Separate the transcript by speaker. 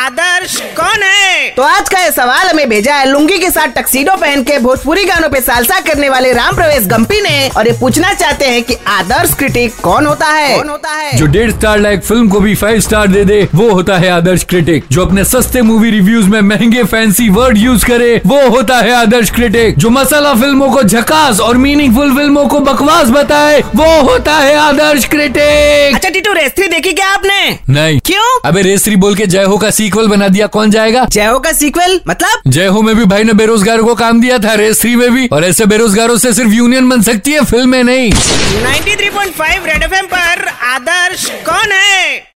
Speaker 1: आदर्श कौन है
Speaker 2: तो आज का ये सवाल हमें भेजा है लुंगी के साथ टक्सीडो पहन के भोजपुरी गानों पे सालसा करने वाले राम प्रवेश गम्पी ने और ये पूछना चाहते हैं कि आदर्श क्रिटिक कौन होता है कौन होता है
Speaker 3: जो डेढ़ स्टार लायक फिल्म को भी फाइव स्टार दे दे वो होता है आदर्श क्रिटिक जो अपने सस्ते मूवी रिव्यूज में महंगे फैंसी वर्ड यूज करे वो होता है आदर्श क्रिटिक जो मसाला फिल्मों को झकास और मीनिंगफुल फिल्मों को बकवास बताए वो होता है आदर्श क्रिटिक
Speaker 1: अच्छा टीटू रेस्त्री देखी क्या आपने
Speaker 3: नहीं
Speaker 1: क्यों
Speaker 3: अबे रेसरी बोल के जय हो का सीक्वल बना दिया कौन जाएगा
Speaker 2: जयो का सीक्वल मतलब
Speaker 3: जय हो में भी भाई ने बेरोजगारों को काम दिया था रेसरी में भी और ऐसे बेरोजगारों से सिर्फ यूनियन बन सकती है फिल्में नहीं
Speaker 1: 93.5 रेड एफएम पर आदर्श कौन है